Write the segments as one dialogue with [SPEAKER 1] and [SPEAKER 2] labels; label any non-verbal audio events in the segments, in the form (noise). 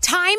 [SPEAKER 1] Time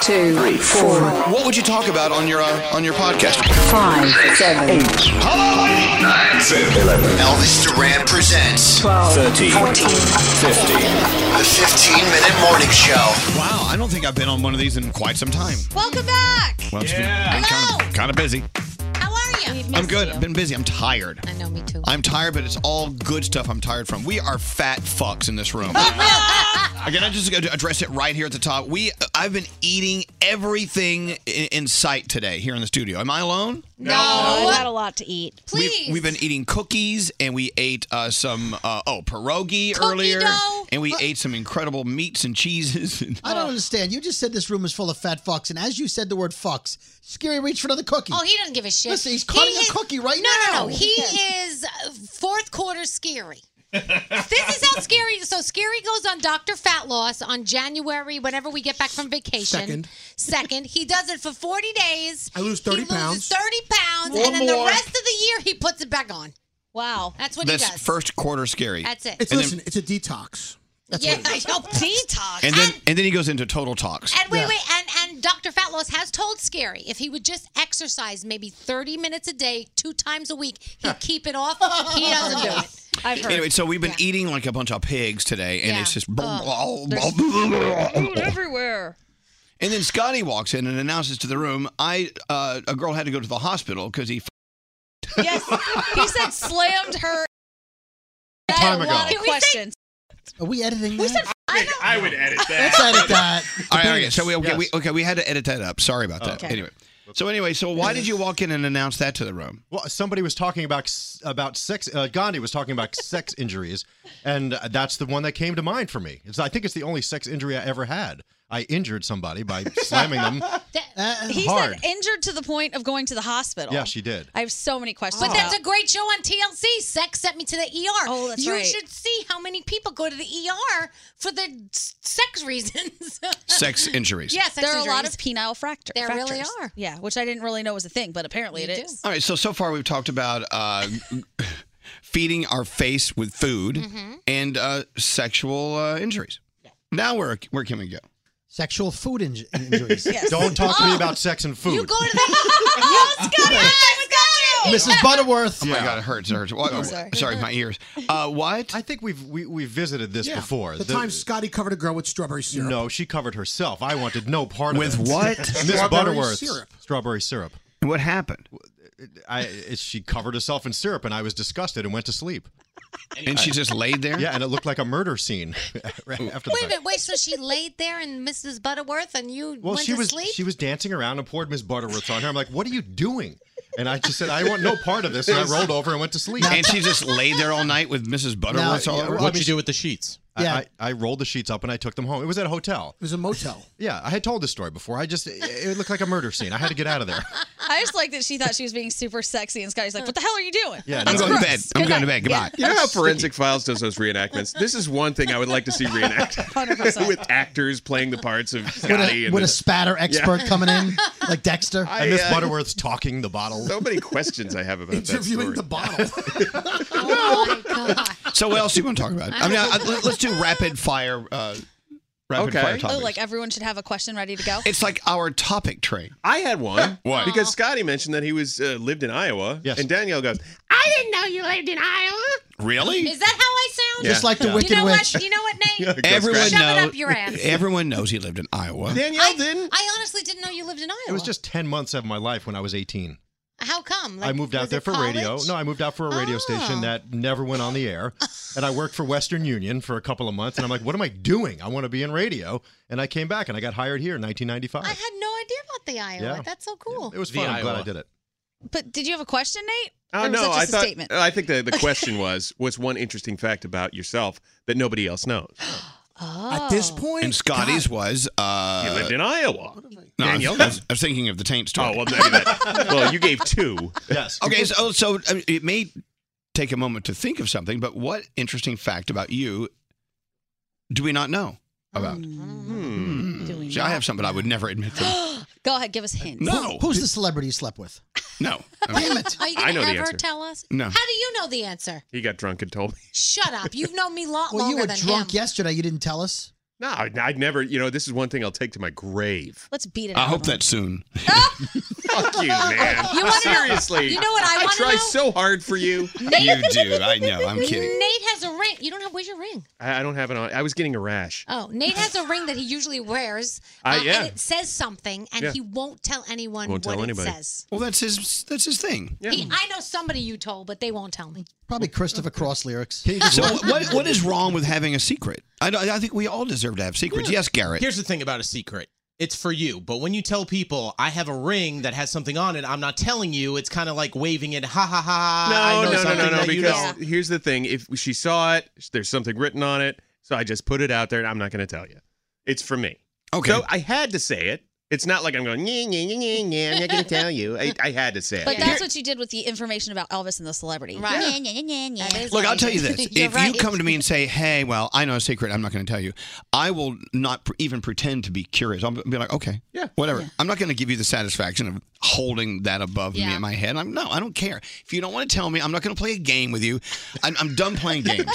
[SPEAKER 2] two, three, four,
[SPEAKER 3] What would you talk about on your uh, on your podcast?
[SPEAKER 2] five, seven, eight,
[SPEAKER 3] Elvis Duran presents
[SPEAKER 2] twelve, fourteen.
[SPEAKER 3] the 15 minute morning show. Wow, I don't think I've been on one of these in quite some time.
[SPEAKER 1] Welcome back.
[SPEAKER 3] Well, it's been-
[SPEAKER 4] Yeah.
[SPEAKER 3] been kind of, kind of busy.
[SPEAKER 1] How are you?
[SPEAKER 3] I'm good. I've been busy. I'm tired.
[SPEAKER 1] I know, me too. (laughs)
[SPEAKER 3] I'm tired, but it's all good stuff I'm tired from. We are fat fucks in this room.
[SPEAKER 1] (laughs)
[SPEAKER 3] Again, I just going to address it right here at the top. We I've been eating everything in, in sight today here in the studio. Am I alone?
[SPEAKER 5] No, I got a lot to eat.
[SPEAKER 3] We've, we've been eating cookies and we ate uh, some uh, oh pierogi earlier,
[SPEAKER 6] dough.
[SPEAKER 3] and we ate some incredible meats and cheeses. (laughs) And
[SPEAKER 6] I don't understand. You just said this room is full of fat fucks, and as you said the word fucks, Scary reached for another cookie.
[SPEAKER 1] Oh, he doesn't give a shit.
[SPEAKER 6] Listen, he's cutting
[SPEAKER 1] He
[SPEAKER 6] a
[SPEAKER 1] is-
[SPEAKER 6] cookie right
[SPEAKER 1] no,
[SPEAKER 6] now.
[SPEAKER 1] No, no, He is uh, fourth quarter scary. this is how scary. So scary goes on Dr. Fat Loss on January whenever we get back from vacation.
[SPEAKER 7] Second.
[SPEAKER 1] Second. He does it for 40 days.
[SPEAKER 7] I lose 30
[SPEAKER 1] he loses
[SPEAKER 7] pounds.
[SPEAKER 1] 30 pounds
[SPEAKER 7] One
[SPEAKER 1] and then the
[SPEAKER 7] more.
[SPEAKER 1] rest of the year he puts it back on. Wow. That's what
[SPEAKER 3] that's
[SPEAKER 1] he does.
[SPEAKER 3] first quarter scary.
[SPEAKER 1] That's it.
[SPEAKER 7] It's
[SPEAKER 3] And then-
[SPEAKER 7] listen, it's a detox. That's
[SPEAKER 1] yeah,
[SPEAKER 7] what it is.
[SPEAKER 5] (laughs)
[SPEAKER 1] I know. detox.
[SPEAKER 3] and then and then he goes into total talks.
[SPEAKER 1] And wait, wait, and and Dr. Fat Loss has told Scary if he would just exercise maybe 30 minutes a day, two times a week, he'd keep it off. He doesn't do it.
[SPEAKER 5] (laughs) I've heard.
[SPEAKER 3] Anyway, so we've been eating like a bunch of pigs today, and
[SPEAKER 1] Yeah.
[SPEAKER 3] it's just.
[SPEAKER 5] Oh, food everywhere.
[SPEAKER 3] and then Scotty walks in and announces to the room, "I uh, a girl had to go to the hospital because he." F-
[SPEAKER 5] Yes, he said
[SPEAKER 3] (laughs)
[SPEAKER 5] slammed her.
[SPEAKER 7] A time
[SPEAKER 5] A
[SPEAKER 7] ago.
[SPEAKER 5] lot of
[SPEAKER 1] Can we say-
[SPEAKER 5] questions.
[SPEAKER 6] Are we editing that?
[SPEAKER 4] I would edit
[SPEAKER 6] Let's
[SPEAKER 4] that.
[SPEAKER 6] edit that.
[SPEAKER 3] all right, all right. So we okay,
[SPEAKER 6] Yes.
[SPEAKER 3] we okay we had to edit that up. Sorry about that.
[SPEAKER 5] Okay.
[SPEAKER 3] Anyway, So anyway, so why did you walk in and announce that to the room?
[SPEAKER 4] Well, somebody was talking about s- about sex. Uh, Gandhi was talking about sex (laughs) injuries, and that's the one that came to mind for me. It's, I think it's the only sex injury I ever had. I injured somebody by slamming them.
[SPEAKER 5] (laughs)
[SPEAKER 3] uh,
[SPEAKER 5] He
[SPEAKER 4] hard.
[SPEAKER 5] said injured to the point of going to the hospital.
[SPEAKER 4] Yeah, she did.
[SPEAKER 5] I have so many questions.
[SPEAKER 1] But that's
[SPEAKER 5] about-
[SPEAKER 1] a great show on TLC. Sex sent me to the ER. Oh,
[SPEAKER 5] that's
[SPEAKER 1] you
[SPEAKER 5] right.
[SPEAKER 1] should see how many people go to the ER for their s- sex reasons. (laughs)
[SPEAKER 3] Sex injuries.
[SPEAKER 1] Yes,
[SPEAKER 5] there are a lot
[SPEAKER 1] injuries.
[SPEAKER 5] of penile fractures.
[SPEAKER 1] There really are.
[SPEAKER 5] Yeah, which I didn't really know was a thing, but apparently it is.
[SPEAKER 3] All right. So so far we've talked about uh, feeding our face with food and uh, sexual uh, injuries. Now where where can we go?
[SPEAKER 6] Sexual food inj-
[SPEAKER 4] (laughs)
[SPEAKER 6] injuries.
[SPEAKER 3] Yes.
[SPEAKER 5] (laughs)
[SPEAKER 3] Don't talk
[SPEAKER 6] Ah!
[SPEAKER 3] to me about
[SPEAKER 4] sex and
[SPEAKER 3] food. You go
[SPEAKER 1] to the
[SPEAKER 4] Mrs. Butterworth.
[SPEAKER 3] Oh my god, it hurts. It hurts. Why-
[SPEAKER 4] I'm
[SPEAKER 3] sorry.
[SPEAKER 4] sorry.
[SPEAKER 3] my ears. Uh,
[SPEAKER 8] (laughs)
[SPEAKER 3] what?
[SPEAKER 4] I think we've we, we've visited this
[SPEAKER 7] Yeah,
[SPEAKER 4] before.
[SPEAKER 7] The, time Scotty covered a girl with strawberry syrup.
[SPEAKER 4] No, she covered herself. I wanted no part
[SPEAKER 3] With
[SPEAKER 4] of it. (laughs)
[SPEAKER 3] what?
[SPEAKER 4] Miss
[SPEAKER 3] Strawberry
[SPEAKER 4] Butterworth.
[SPEAKER 3] syrup.
[SPEAKER 4] Strawberry syrup.
[SPEAKER 3] And what happened?
[SPEAKER 4] I, it, she covered herself in syrup, and I was disgusted and went to sleep.
[SPEAKER 3] And she just laid
[SPEAKER 8] (laughs)
[SPEAKER 3] there.
[SPEAKER 4] Yeah, and it looked like a murder scene. (laughs) after the
[SPEAKER 1] Wait a
[SPEAKER 4] fact.
[SPEAKER 1] minute, wait. So she laid there and Mrs. Butterworth, and you
[SPEAKER 4] Well,
[SPEAKER 1] went
[SPEAKER 4] she
[SPEAKER 1] to
[SPEAKER 4] was
[SPEAKER 1] sleep.
[SPEAKER 4] she was dancing around and poured Miss Butterworth on her. I'm like, what are you doing? And I just said, I want no part of this. And I rolled over and went to sleep.
[SPEAKER 3] And she just laid there all night with Mrs. Butterworth all over.
[SPEAKER 4] with the sheets?
[SPEAKER 3] Yeah.
[SPEAKER 4] Yeah, I, I rolled the sheets up and I took them home. It was at a hotel.
[SPEAKER 7] It was a motel.
[SPEAKER 4] Yeah, I had told this story before. I just it looked like a murder scene. I had to get out of there.
[SPEAKER 5] I just like that she thought she was being super sexy, and Scotty's like, "What the hell are you doing?"
[SPEAKER 4] Yeah,
[SPEAKER 5] That's
[SPEAKER 4] no, no.
[SPEAKER 5] gross.
[SPEAKER 4] bed.
[SPEAKER 5] I'm Good going to night. bed. Goodbye.
[SPEAKER 8] You know how Forensic Files does those reenactments? This is one thing I would like to see (laughs) reenacted with actors playing the parts of
[SPEAKER 6] With
[SPEAKER 8] Scotty
[SPEAKER 6] a,
[SPEAKER 8] and
[SPEAKER 6] with
[SPEAKER 8] the-
[SPEAKER 6] a spatter
[SPEAKER 8] Yeah.
[SPEAKER 6] expert coming in, like Dexter.
[SPEAKER 8] I, And Miss (laughs) uh,
[SPEAKER 4] Butterworth's talking the bottle.
[SPEAKER 8] So many questions I have about
[SPEAKER 7] Interviewing
[SPEAKER 8] that
[SPEAKER 7] the bottle.
[SPEAKER 1] Oh
[SPEAKER 3] So what else do you want to talk about? I mean, I, let- let's do rapid fire. Uh, rapid fire
[SPEAKER 5] Oh,
[SPEAKER 3] topics.
[SPEAKER 5] like everyone should have a question ready to go.
[SPEAKER 3] It's like our topic train.
[SPEAKER 8] I had (laughs) one.
[SPEAKER 3] What?
[SPEAKER 8] Because Scotty mentioned that he was uh, lived in Iowa. Yes. And Danielle goes,
[SPEAKER 1] I didn't know you lived in Iowa.
[SPEAKER 3] Really?
[SPEAKER 1] Is that how I sound?
[SPEAKER 8] Just Yeah. like the
[SPEAKER 1] you
[SPEAKER 8] Wicked
[SPEAKER 1] know What,
[SPEAKER 8] Witch.
[SPEAKER 1] you
[SPEAKER 8] (laughs)
[SPEAKER 1] know what, Nate?
[SPEAKER 8] Yeah, go
[SPEAKER 3] Everyone
[SPEAKER 1] Shove
[SPEAKER 3] knows.
[SPEAKER 1] it up your ass.
[SPEAKER 3] (laughs) Everyone knows he lived in Iowa.
[SPEAKER 8] Danielle
[SPEAKER 1] I, didn't. I honestly didn't know you lived in Iowa.
[SPEAKER 4] It was just ten months of my life when I was 18.
[SPEAKER 1] How come?
[SPEAKER 4] I moved out there for radio. No, I moved out for a radio
[SPEAKER 1] Oh.
[SPEAKER 4] station that never went on the air. and I worked for Western Union for a couple of months. And I'm like, what am I doing? I want to be in radio. And I came back and I got hired here in 1995.
[SPEAKER 1] I had no idea about the Iowa.
[SPEAKER 4] Yeah.
[SPEAKER 1] That's so cool.
[SPEAKER 4] it was fun. I'm glad I did it.
[SPEAKER 5] But did you have a question, Nate?
[SPEAKER 8] Oh
[SPEAKER 5] Or was
[SPEAKER 8] no!
[SPEAKER 5] that
[SPEAKER 8] I
[SPEAKER 5] just a
[SPEAKER 8] thought
[SPEAKER 5] statement?
[SPEAKER 8] I think
[SPEAKER 5] (laughs)
[SPEAKER 8] the, the question was what's one interesting fact about yourself that nobody else knows.
[SPEAKER 7] At this point,
[SPEAKER 3] And Scotty's was. Uh,
[SPEAKER 8] You lived in
[SPEAKER 3] No, I
[SPEAKER 8] Iowa.
[SPEAKER 3] was,
[SPEAKER 8] Danielle
[SPEAKER 3] I was- I was thinking of the taint story.
[SPEAKER 8] Oh well, maybe that. well, you gave two.
[SPEAKER 4] Yes.
[SPEAKER 3] Okay, so so I mean, it may take a moment to think of something, but what interesting fact about you do we not know about?
[SPEAKER 1] Mm-hmm.
[SPEAKER 3] Hmm.
[SPEAKER 6] Do we
[SPEAKER 3] See, I have something I would never admit to.
[SPEAKER 5] Go ahead, give us hints.
[SPEAKER 3] No.
[SPEAKER 6] Who's the celebrity you slept with?
[SPEAKER 3] No.
[SPEAKER 6] Damn it.
[SPEAKER 1] Are you
[SPEAKER 8] I
[SPEAKER 1] going to
[SPEAKER 8] know the
[SPEAKER 1] ever
[SPEAKER 8] answer.
[SPEAKER 1] tell us?
[SPEAKER 8] No.
[SPEAKER 1] How do you know the answer?
[SPEAKER 8] He got drunk and told me.
[SPEAKER 1] (laughs) Shut up. You've known me a lot
[SPEAKER 6] Well,
[SPEAKER 1] longer
[SPEAKER 6] you were
[SPEAKER 1] than
[SPEAKER 6] drunk
[SPEAKER 1] him.
[SPEAKER 6] yesterday. You didn't tell us.
[SPEAKER 8] No, I- I'd never. You know, this is one thing I'll take to my grave.
[SPEAKER 5] Let's beat it.
[SPEAKER 3] I hope that soon.
[SPEAKER 8] Fuck you, Oh, man.
[SPEAKER 1] (laughs) You wanna know-
[SPEAKER 8] Seriously.
[SPEAKER 1] you know what I wanna
[SPEAKER 8] try
[SPEAKER 1] know?
[SPEAKER 8] so hard for
[SPEAKER 9] (laughs)
[SPEAKER 8] you.
[SPEAKER 3] You do. I know. I'm kidding.
[SPEAKER 1] Nate has a ring. You don't have. Where's your ring?
[SPEAKER 8] I, I don't have an. on- I was getting a rash.
[SPEAKER 1] Oh, Nate has a ring that he usually wears. uh,
[SPEAKER 8] I- yeah.
[SPEAKER 1] And it says something, and
[SPEAKER 8] Yeah.
[SPEAKER 1] he won't tell anyone
[SPEAKER 8] Won't
[SPEAKER 1] what
[SPEAKER 8] tell
[SPEAKER 1] it
[SPEAKER 8] anybody.
[SPEAKER 1] says.
[SPEAKER 3] Well, that's his. That's his thing.
[SPEAKER 1] He, I know somebody you told, but they won't tell me.
[SPEAKER 6] Probably Christopher Cross lyrics.
[SPEAKER 3] So what what is wrong with having a secret? I, don't- I think we all deserve to have secrets. Yes, Garrett.
[SPEAKER 9] Here's the thing about a secret. It's for you, but when you tell people I have a ring that has something on it, I'm not telling you. It's kind of like waving it, ha ha ha. I
[SPEAKER 8] No,
[SPEAKER 9] know
[SPEAKER 8] no, no,
[SPEAKER 9] something
[SPEAKER 8] no, no.
[SPEAKER 9] that you
[SPEAKER 8] Because
[SPEAKER 9] don't."
[SPEAKER 8] here's the thing: if she saw it, there's something written on it. So I just put it out there, and I'm not going to tell you. It's for me.
[SPEAKER 3] Okay.
[SPEAKER 8] So I had to say it. It's not like I'm going. Yeah, yeah, yeah, yeah. I'm not going to tell you. I, I had to say it.
[SPEAKER 5] But that's what you did with the information about Elvis and the celebrity.
[SPEAKER 1] Right.
[SPEAKER 5] Yeah, yeah, yeah, yeah, yeah.
[SPEAKER 3] Look, I'll tell you this. if you come to me and say, "Hey, well, I know a secret. I'm not going to tell you," I will not pr- even pretend to be curious. I'll be like, "Okay, yeah, whatever." I'm not going to give you the satisfaction of holding that above me
[SPEAKER 5] Yeah.
[SPEAKER 3] in my head. I'm no, I don't care. If you don't want to tell me, I'm not going to play a game with you. I'm, I'm done playing games.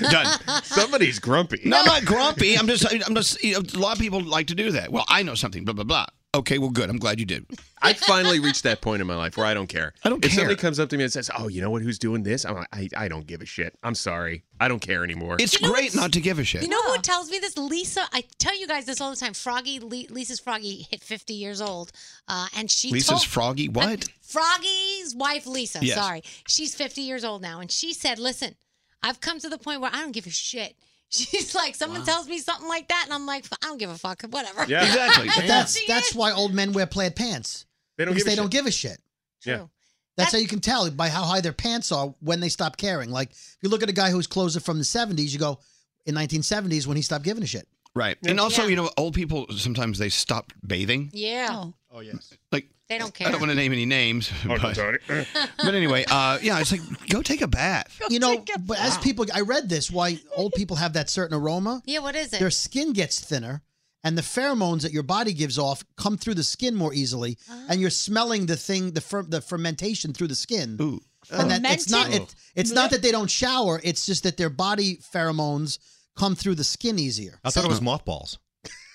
[SPEAKER 3] done.
[SPEAKER 8] Somebody's grumpy.
[SPEAKER 3] No, I'm not grumpy. I'm just, I'm just. You know, a lot of people like to do that. Well, I know something. Blah blah blah. Okay, well, good. I'm glad you did.
[SPEAKER 8] I finally reached that point in my life where I don't care. I don't if
[SPEAKER 3] care.
[SPEAKER 8] somebody comes up to me and says, "Oh, you know what? Who's doing this?" I'm like, I, I don't give a shit. I'm sorry. I don't care anymore.
[SPEAKER 3] It's
[SPEAKER 1] You know
[SPEAKER 3] great
[SPEAKER 1] what's-
[SPEAKER 3] not to give a shit.
[SPEAKER 1] You know who tells me this? Lisa. I tell you guys this all the time. Froggy, Le- Lisa's Froggy hit 50 years old, uh, and she
[SPEAKER 3] Lisa's
[SPEAKER 1] told-
[SPEAKER 3] froggy. What?
[SPEAKER 1] Froggy's wife, Lisa.
[SPEAKER 3] Yes.
[SPEAKER 1] Sorry. She's 50 years old now. And she said, Listen, I've come to the point where I don't give a shit. (laughs) She's like, Someone tells me something like (laughs) that. And I'm like, I don't give a fuck. Whatever.
[SPEAKER 6] But that's that's why old men wear plaid pants.
[SPEAKER 8] They don't
[SPEAKER 6] because
[SPEAKER 8] give
[SPEAKER 6] they
[SPEAKER 8] a shit.
[SPEAKER 6] don't give a shit.
[SPEAKER 8] Yeah.
[SPEAKER 6] That's how you can tell by how high their pants are when they stop caring. Like if you look at a guy who's closer from the '70s, you go in 1970s when he stopped giving a shit.
[SPEAKER 3] Right. And also, you know, old people sometimes they stop bathing.
[SPEAKER 1] Yeah.
[SPEAKER 5] (laughs)
[SPEAKER 4] Oh yes.
[SPEAKER 3] Like
[SPEAKER 1] They don't care.
[SPEAKER 3] I don't want to name any
[SPEAKER 8] (laughs)
[SPEAKER 3] names, but, (laughs) but anyway, uh, yeah, it's like go take a bath.
[SPEAKER 10] Oh,
[SPEAKER 6] you know,
[SPEAKER 5] uh,
[SPEAKER 6] but as people, I read this why old people have that certain aroma.
[SPEAKER 1] Yeah, what is it?
[SPEAKER 6] Their skin gets thinner, and the pheromones that your body gives off come through the skin more easily, and you're smelling the thing, the fer- the fermentation through the skin.
[SPEAKER 3] Ooh.
[SPEAKER 6] And that, it's not
[SPEAKER 7] Fermented?
[SPEAKER 6] it, it's not that they don't shower; it's just that their body pheromones come through the skin easier.
[SPEAKER 4] I thought it was mothballs.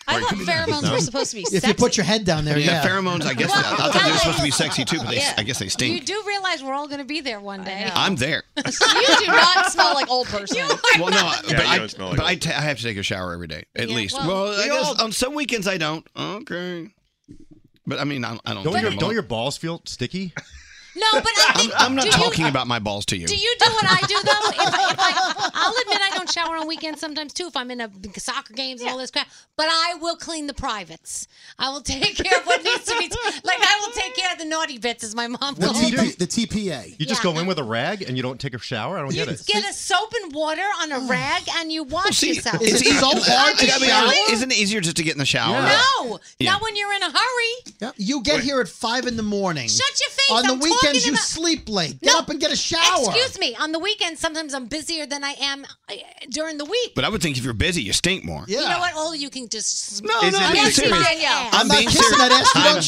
[SPEAKER 5] I thought pheromones were supposed to be
[SPEAKER 6] If
[SPEAKER 5] sexy.
[SPEAKER 6] you put your head down there,
[SPEAKER 3] Yeah,
[SPEAKER 6] yeah,
[SPEAKER 3] pheromones. I guess I thought they were supposed to be sexy too, but they,
[SPEAKER 5] Yeah.
[SPEAKER 3] I guess they
[SPEAKER 1] You
[SPEAKER 3] stink.
[SPEAKER 1] do realize we're all going to be there one day.
[SPEAKER 3] I'm
[SPEAKER 1] (laughs)
[SPEAKER 3] there.
[SPEAKER 5] you do not smell like old person.
[SPEAKER 3] Well, no, I-
[SPEAKER 8] Yeah,
[SPEAKER 3] but,
[SPEAKER 8] you
[SPEAKER 3] I,
[SPEAKER 8] don't smell like
[SPEAKER 3] but I, ta- I have to take a shower every day at
[SPEAKER 5] Yeah,
[SPEAKER 3] least.
[SPEAKER 5] well,
[SPEAKER 3] Well, I
[SPEAKER 5] we
[SPEAKER 3] guess
[SPEAKER 5] all-
[SPEAKER 3] on some weekends I don't. Okay, but I mean I, I don't.
[SPEAKER 4] Don't
[SPEAKER 3] take
[SPEAKER 4] your,
[SPEAKER 3] them
[SPEAKER 4] don't
[SPEAKER 3] all.
[SPEAKER 4] your balls feel sticky?
[SPEAKER 1] No, but I
[SPEAKER 3] (laughs) I'm,
[SPEAKER 1] think.
[SPEAKER 3] I'm not
[SPEAKER 1] do
[SPEAKER 3] talking
[SPEAKER 1] you,
[SPEAKER 3] about my balls to you.
[SPEAKER 1] Do you do what I do though? If I, if I, I'll admit I don't shower on weekends sometimes too. If I'm in a soccer games and all this crap, but I will clean the privates. I will take (laughs) care of what needs to be. Like I will take care of the naughty bits, as my mom
[SPEAKER 4] The
[SPEAKER 1] calls
[SPEAKER 4] TP
[SPEAKER 1] them.
[SPEAKER 4] The TPA. You just
[SPEAKER 1] Yeah.
[SPEAKER 4] go in with a rag and you don't take a shower. I don't
[SPEAKER 1] You
[SPEAKER 4] get it.
[SPEAKER 1] get a soap and water on a rag and you wash yourself.
[SPEAKER 3] Oh. it's easy- I
[SPEAKER 1] to
[SPEAKER 3] gotta be honest,
[SPEAKER 1] shower?
[SPEAKER 3] Isn't it easier just to get in the shower?
[SPEAKER 1] No,
[SPEAKER 3] Yeah.
[SPEAKER 1] not when you're in a hurry.
[SPEAKER 6] You get here at five in the morning.
[SPEAKER 1] Shut your face,
[SPEAKER 6] On the
[SPEAKER 1] I'm talking
[SPEAKER 6] weekends, you
[SPEAKER 1] about-
[SPEAKER 6] sleep late. Get up and get a shower.
[SPEAKER 1] Excuse me. On the weekends, sometimes I'm busier than I am uh, during the week.
[SPEAKER 3] But I would think if you're busy, you stink more.
[SPEAKER 1] You know what? All you can just
[SPEAKER 3] No, no, I'm being serious. I'm, being serious. I'm being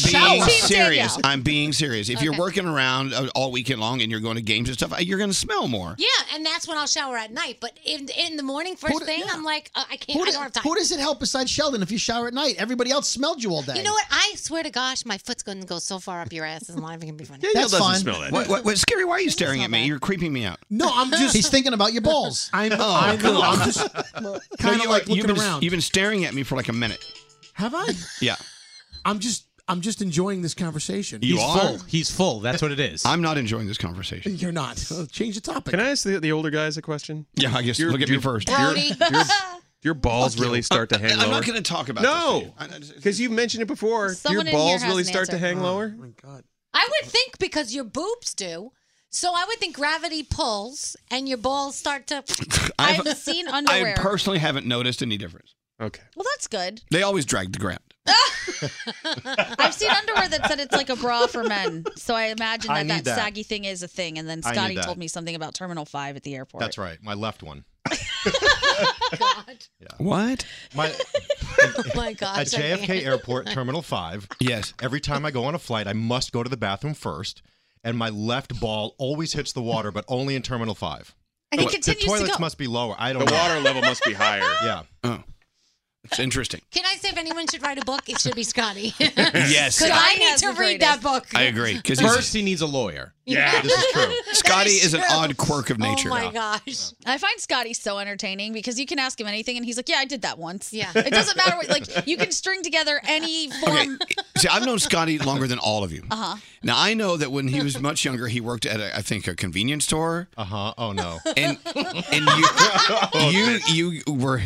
[SPEAKER 3] serious. I'm being serious. If you're
[SPEAKER 1] Okay.
[SPEAKER 3] working around uh, all weekend long and you're going to games and stuff, uh, you're going to smell more.
[SPEAKER 1] Yeah, and that's when I'll shower at night. But in in the morning, first thing, I'm like, uh, I can't.
[SPEAKER 6] Who,
[SPEAKER 1] I
[SPEAKER 6] do-
[SPEAKER 1] don't have time.
[SPEAKER 6] who does it help besides Sheldon if you shower at night? Everybody else smelled you all day.
[SPEAKER 1] You know what? I swear to gosh, my foot's going to go so far up your ass. It's not even going to be funny.
[SPEAKER 6] That's fine.
[SPEAKER 3] What, what, what, Scary, why are you staring at me? You're creeping me out. (laughs)
[SPEAKER 6] No, I'm just. He's thinking about your balls.
[SPEAKER 7] I'm,
[SPEAKER 3] Oh,
[SPEAKER 7] I'm,
[SPEAKER 3] come on.
[SPEAKER 7] I'm just kind
[SPEAKER 3] No,
[SPEAKER 7] of
[SPEAKER 3] you
[SPEAKER 7] like
[SPEAKER 3] are- you've
[SPEAKER 7] looking
[SPEAKER 3] been-
[SPEAKER 7] around.
[SPEAKER 3] You've been staring at me for like a minute.
[SPEAKER 7] Have I?
[SPEAKER 3] Yeah.
[SPEAKER 7] I'm just. I'm just enjoying this conversation.
[SPEAKER 9] He's
[SPEAKER 7] He's
[SPEAKER 9] full. He's full. That's what it is.
[SPEAKER 3] I'm not enjoying this conversation.
[SPEAKER 7] full. You're not. Uh, Change the topic.
[SPEAKER 8] Can I ask the, the older guys a question?
[SPEAKER 3] Yeah, I guess.
[SPEAKER 8] Your-
[SPEAKER 3] Look at
[SPEAKER 8] your-
[SPEAKER 3] me first.
[SPEAKER 8] your- your- Your balls really start to
[SPEAKER 3] (laughs)
[SPEAKER 8] hang
[SPEAKER 3] I'm
[SPEAKER 8] lower.
[SPEAKER 3] not going to talk about
[SPEAKER 8] no, because you mentioned it before.
[SPEAKER 1] Someone in
[SPEAKER 8] your
[SPEAKER 1] here
[SPEAKER 8] balls
[SPEAKER 1] has
[SPEAKER 8] really
[SPEAKER 1] an
[SPEAKER 8] start to
[SPEAKER 1] answer.
[SPEAKER 8] hang
[SPEAKER 1] Oh,
[SPEAKER 8] lower.
[SPEAKER 1] I would think because your boobs do. So I would think gravity pulls and your balls start to.
[SPEAKER 3] I've-
[SPEAKER 5] seen
[SPEAKER 3] this. I personally haven't noticed any difference.
[SPEAKER 8] Okay.
[SPEAKER 5] well, that's good.
[SPEAKER 3] They always drag the ground.
[SPEAKER 5] I've seen underwear that said it's like a bra for men, so I imagine that
[SPEAKER 4] I
[SPEAKER 5] that,
[SPEAKER 4] need that.
[SPEAKER 5] saggy thing is a thing. And then
[SPEAKER 4] I need
[SPEAKER 5] Scotty
[SPEAKER 4] that.
[SPEAKER 5] told me something about Terminal Five at the airport.
[SPEAKER 4] That's right. My left one.
[SPEAKER 3] What?
[SPEAKER 4] My
[SPEAKER 1] Oh my
[SPEAKER 4] at
[SPEAKER 1] gosh. I
[SPEAKER 4] JFK
[SPEAKER 5] (laughs)
[SPEAKER 1] can't.
[SPEAKER 4] Airport Terminal 5.
[SPEAKER 3] Yes.
[SPEAKER 4] Every time I go on a flight, I must go to the bathroom first, and my left ball always hits the water, but only in Terminal 5.
[SPEAKER 5] And he
[SPEAKER 4] The-
[SPEAKER 5] continues
[SPEAKER 4] the
[SPEAKER 5] to
[SPEAKER 4] toilets
[SPEAKER 5] go.
[SPEAKER 4] must be lower. I
[SPEAKER 8] The
[SPEAKER 4] don't know.
[SPEAKER 8] water level must be higher. (laughs)
[SPEAKER 4] Yeah.
[SPEAKER 3] Oh, it's interesting.
[SPEAKER 1] Can I say if anyone should write a book, it should be Scotty.
[SPEAKER 3] (laughs) yes,
[SPEAKER 1] Because I
[SPEAKER 5] Scotty
[SPEAKER 1] need
[SPEAKER 5] has
[SPEAKER 1] to
[SPEAKER 5] the
[SPEAKER 1] read that book.
[SPEAKER 3] I agree. Because
[SPEAKER 9] First, he needs a lawyer.
[SPEAKER 4] Yeah, this is (laughs) true.
[SPEAKER 3] Scotty
[SPEAKER 1] That
[SPEAKER 3] is,
[SPEAKER 1] is
[SPEAKER 3] an
[SPEAKER 1] true.
[SPEAKER 3] odd quirk of nature.
[SPEAKER 1] Oh my gosh.
[SPEAKER 5] I find Scotty so entertaining because you can ask him anything and he's like, "Yeah, I did that once."
[SPEAKER 1] Yeah.
[SPEAKER 5] it doesn't matter what. Like you can string together any form.
[SPEAKER 3] Okay, see, I've known Scotty longer than all of you.
[SPEAKER 5] Uh huh.
[SPEAKER 3] Now I know that when he was much younger, he worked at a, I think a convenience store,
[SPEAKER 4] Uh huh. Oh no.
[SPEAKER 3] and and you you you were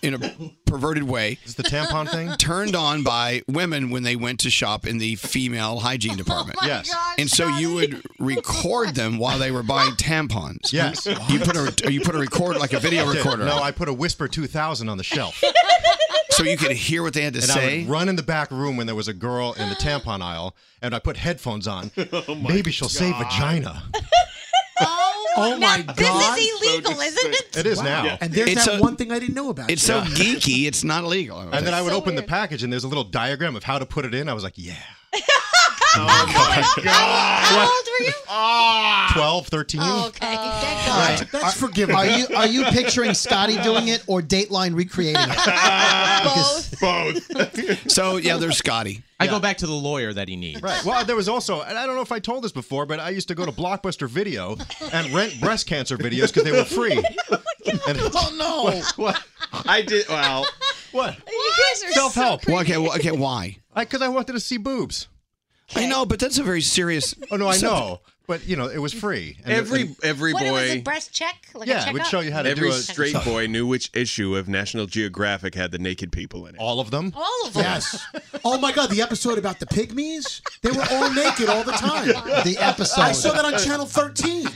[SPEAKER 3] in a perverted way
[SPEAKER 4] Is the tampon
[SPEAKER 5] (laughs)
[SPEAKER 4] thing?
[SPEAKER 3] turned on by women when they went to shop in the female hygiene department.
[SPEAKER 4] Yes.
[SPEAKER 3] And so you would record them while they were buying
[SPEAKER 4] (laughs)
[SPEAKER 3] tampons.
[SPEAKER 4] Yes.
[SPEAKER 3] You put a you put a record like a video
[SPEAKER 4] I did.
[SPEAKER 3] recorder.
[SPEAKER 4] No, I put a Whisper 2000 on the
[SPEAKER 5] (laughs)
[SPEAKER 4] shelf.
[SPEAKER 3] so you could hear what they had to
[SPEAKER 4] And I
[SPEAKER 3] say.
[SPEAKER 4] would run in the back room when there was a girl in the tampon aisle, and I put headphones on. Maybe she'll say vagina.
[SPEAKER 1] Oh,
[SPEAKER 7] Oh my God.
[SPEAKER 1] This is illegal, isn't it?
[SPEAKER 4] It is now.
[SPEAKER 7] And there's
[SPEAKER 3] It's
[SPEAKER 7] that
[SPEAKER 3] a-
[SPEAKER 7] one thing I didn't know about.
[SPEAKER 3] It's
[SPEAKER 4] (laughs)
[SPEAKER 7] you.
[SPEAKER 3] so geeky, it's not illegal.
[SPEAKER 4] And then I would
[SPEAKER 1] so
[SPEAKER 4] open
[SPEAKER 1] weird.
[SPEAKER 4] the package, and there's a little diagram of how to put it in. I was like, yeah.
[SPEAKER 1] How old were you?
[SPEAKER 4] 12, 13.
[SPEAKER 1] Oh, okay. Thank God.
[SPEAKER 7] That's, that's forgivable.
[SPEAKER 6] Are you are you picturing Scotty doing it or Dateline recreating it?
[SPEAKER 5] Both.
[SPEAKER 3] so yeah, there's Scotty.
[SPEAKER 9] I go back to the lawyer that he needs.
[SPEAKER 4] Right. Well, there was also, and I don't know if I told this before, but I used to go to Blockbuster Video and rent breast cancer videos because they were free. And- (laughs)
[SPEAKER 7] Oh
[SPEAKER 8] What? I did. Wow.
[SPEAKER 4] what?
[SPEAKER 5] You guys are
[SPEAKER 4] Self help.
[SPEAKER 3] Well, okay, well, okay, why?
[SPEAKER 4] Because I wanted to see boobs.
[SPEAKER 3] I know, but that's a very serious.
[SPEAKER 4] Oh no, I know. But you know, it was free. And it-
[SPEAKER 8] Every every
[SPEAKER 4] What, it was
[SPEAKER 8] boy.
[SPEAKER 4] a
[SPEAKER 1] breast check? Like
[SPEAKER 4] Yeah, it would show you how to
[SPEAKER 8] every
[SPEAKER 4] do a-
[SPEAKER 8] straight boy knew which issue of National Geographic had the naked people in it.
[SPEAKER 4] All of them.
[SPEAKER 7] All of them. (laughs) Yes. Oh my God, the episode about the pygmies? They were all naked all
[SPEAKER 4] (laughs)
[SPEAKER 7] the time.
[SPEAKER 6] The episode.
[SPEAKER 7] I saw that on Channel 13.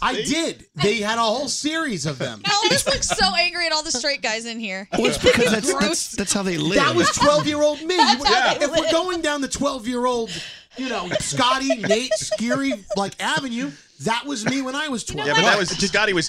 [SPEAKER 7] I did. They had a whole series of them.
[SPEAKER 5] Elvis Oh, looks so angry at all
[SPEAKER 4] (laughs)
[SPEAKER 5] the straight guys in here.
[SPEAKER 7] Well, it's because that's-
[SPEAKER 5] gross.
[SPEAKER 3] That's how they live.
[SPEAKER 7] That was 12 year old me.
[SPEAKER 5] That's how they
[SPEAKER 7] If we're
[SPEAKER 5] live.
[SPEAKER 7] going down the 12 year old, you know, Scotty, Nate,
[SPEAKER 1] (laughs)
[SPEAKER 7] Scary, like Avenue, that was me when I was 12.
[SPEAKER 8] yeah, but that was Scotty was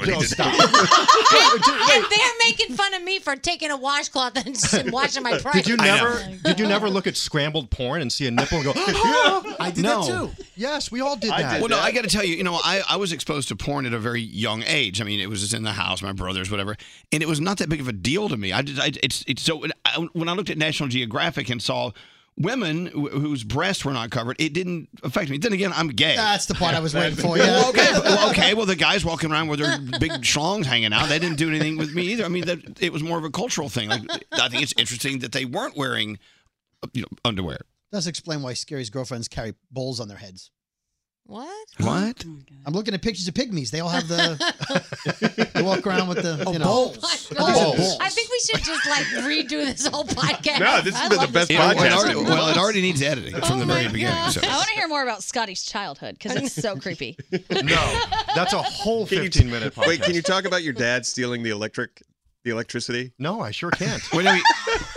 [SPEAKER 4] Oh,
[SPEAKER 8] when he did that.
[SPEAKER 1] and, and they're making fun of me for taking a washcloth (laughs) and just washing my price.
[SPEAKER 4] Did you never? Did you never look at scrambled porn and see a nipple and go? (laughs) "Oh,
[SPEAKER 7] I
[SPEAKER 1] did that
[SPEAKER 4] no.
[SPEAKER 1] too.
[SPEAKER 4] Yes, we all did that.
[SPEAKER 3] well, no, I got to tell you, you know, I, I was exposed to porn at a very young age. I mean, it was just in the house, my brothers, whatever, and it was not that big of a deal to me. I just, I, it's, it's so I, when I looked at National Geographic and saw women wh- whose breasts were not covered, it didn't affect me. Then again, I'm gay.
[SPEAKER 6] That's the part I was
[SPEAKER 3] (laughs)
[SPEAKER 6] waiting for, yeah.
[SPEAKER 3] Well, okay, but- well, okay. Well, the guys walking around with their big schlongs hanging out, they didn't do anything with me either. I mean, that, it was more of a cultural thing. Like, I think it's interesting that they weren't wearing, you know, underwear.
[SPEAKER 6] Does explain why Scary's girlfriends carry bowls on their heads.
[SPEAKER 1] What?
[SPEAKER 3] What?
[SPEAKER 6] I'm looking at pictures of pygmies. They all have the. they walk around with the.
[SPEAKER 7] Oh,
[SPEAKER 6] you know,
[SPEAKER 7] bowls.
[SPEAKER 6] I think it's
[SPEAKER 1] I think we should just like redo this whole podcast. I love
[SPEAKER 3] It-
[SPEAKER 1] podcast. Oh
[SPEAKER 3] Well, it already, well, it already needs editing
[SPEAKER 6] Oh
[SPEAKER 3] from the very beginning. So.
[SPEAKER 5] I want to hear more about Scotty's childhood because it's so creepy.
[SPEAKER 4] That's a whole
[SPEAKER 8] Can you-
[SPEAKER 4] 15 minute podcast.
[SPEAKER 8] (laughs) Wait, can you talk about your dad stealing the electric, the electricity?
[SPEAKER 4] No, I sure can't.
[SPEAKER 3] Wait, wait,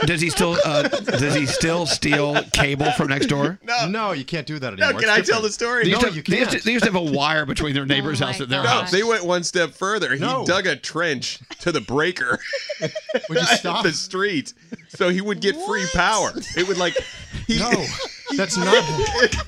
[SPEAKER 3] does he still uh, does he still steal cable from next door?
[SPEAKER 4] No, you can't do that
[SPEAKER 8] No,
[SPEAKER 4] anymore.
[SPEAKER 8] can I tell the story?
[SPEAKER 3] They
[SPEAKER 4] No,
[SPEAKER 3] used, to,
[SPEAKER 4] you
[SPEAKER 3] they, used to,
[SPEAKER 4] can't.
[SPEAKER 3] they used to have a wire between their neighbor's
[SPEAKER 7] Oh
[SPEAKER 3] house and their
[SPEAKER 8] No,
[SPEAKER 3] house.
[SPEAKER 8] they went one step further. He dug a trench to the breaker.
[SPEAKER 4] (laughs)
[SPEAKER 8] (laughs)
[SPEAKER 4] Would you stop?
[SPEAKER 8] the street, so he would get free power. It would like (laughs) he,
[SPEAKER 4] No, that's not.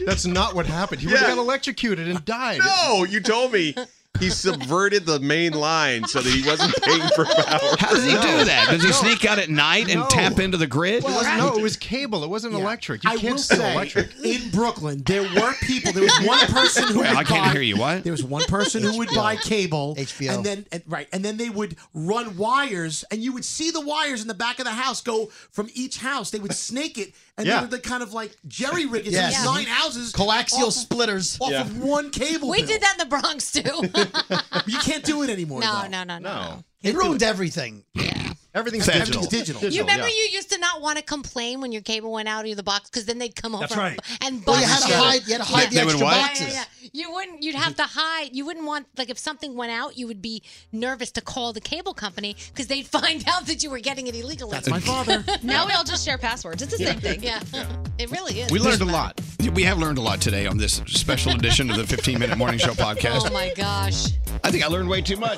[SPEAKER 4] That's not what happened. He would
[SPEAKER 8] Yeah.
[SPEAKER 4] have got electrocuted and died.
[SPEAKER 8] No, you told me he subverted the main line so that he wasn't paying for power.
[SPEAKER 3] How does he do that? Does he sneak out at night and
[SPEAKER 4] No.
[SPEAKER 3] tap into the
[SPEAKER 4] It
[SPEAKER 3] grid?
[SPEAKER 4] was, no, it was cable. It wasn't electric. You
[SPEAKER 7] I
[SPEAKER 4] can't
[SPEAKER 7] will
[SPEAKER 4] steal
[SPEAKER 7] say,
[SPEAKER 4] electric.
[SPEAKER 7] in Brooklyn, there were people. There was one person who
[SPEAKER 3] Wait,
[SPEAKER 7] would
[SPEAKER 3] I can't
[SPEAKER 7] buy-
[SPEAKER 3] hear you. What?
[SPEAKER 7] There was one person who would
[SPEAKER 6] HBO.
[SPEAKER 7] buy cable,
[SPEAKER 6] HBO.
[SPEAKER 7] and then and, right, and then they would run wires, and you would see the wires in the back of the house go from each house. They would snake it, and
[SPEAKER 6] Yeah.
[SPEAKER 7] they would like kind of like jerry rig it
[SPEAKER 6] Yes.
[SPEAKER 7] to these nine houses,
[SPEAKER 6] Coaxial
[SPEAKER 7] off,
[SPEAKER 6] splitters
[SPEAKER 7] off of one cable.
[SPEAKER 1] We
[SPEAKER 7] bill.
[SPEAKER 1] did that in the Bronx too. (laughs)
[SPEAKER 7] You can't do it anymore.
[SPEAKER 1] No,
[SPEAKER 7] though.
[SPEAKER 1] no, no, no, no.
[SPEAKER 6] It ruined everything.
[SPEAKER 4] Everything's
[SPEAKER 7] digital.
[SPEAKER 4] digital.
[SPEAKER 7] Everything's digital.
[SPEAKER 1] You remember
[SPEAKER 4] yeah.
[SPEAKER 1] you used to not want to complain when your cable went out of the box because then they'd come home
[SPEAKER 4] That's
[SPEAKER 1] from,
[SPEAKER 4] right.
[SPEAKER 1] and
[SPEAKER 6] Well,
[SPEAKER 1] bust
[SPEAKER 6] you had to
[SPEAKER 1] you.
[SPEAKER 6] hide- you had to hide They- the they would extra what? boxes.
[SPEAKER 1] You wouldn't. You'd have to hide. You wouldn't want like if something went out, you would be nervous to call the cable company because they'd (laughs) find out that you were getting it illegally.
[SPEAKER 7] That's my
[SPEAKER 1] (laughs)
[SPEAKER 7] father.
[SPEAKER 5] now we all just share passwords. It's the same thing. Yeah.
[SPEAKER 1] It really is.
[SPEAKER 3] We learned a lot.
[SPEAKER 4] We have learned a lot today on this
[SPEAKER 3] special edition of the 15 Minute Morning Show podcast.
[SPEAKER 1] Oh my gosh.
[SPEAKER 3] I think I learned way too much.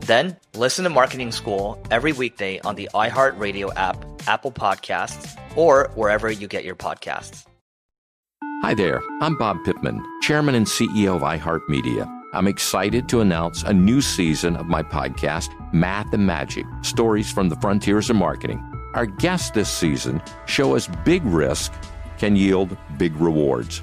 [SPEAKER 11] then listen to Marketing School every weekday on the iHeartRadio app, Apple Podcasts, or wherever you get your podcasts.
[SPEAKER 12] Hi there, I'm Bob Pittman, Chairman and CEO of iHeartMedia. I'm excited to announce a new season of my podcast, Math and Magic Stories from the Frontiers of Marketing. Our guests this season show us big risk can yield big rewards,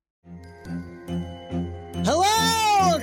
[SPEAKER 13] Hello,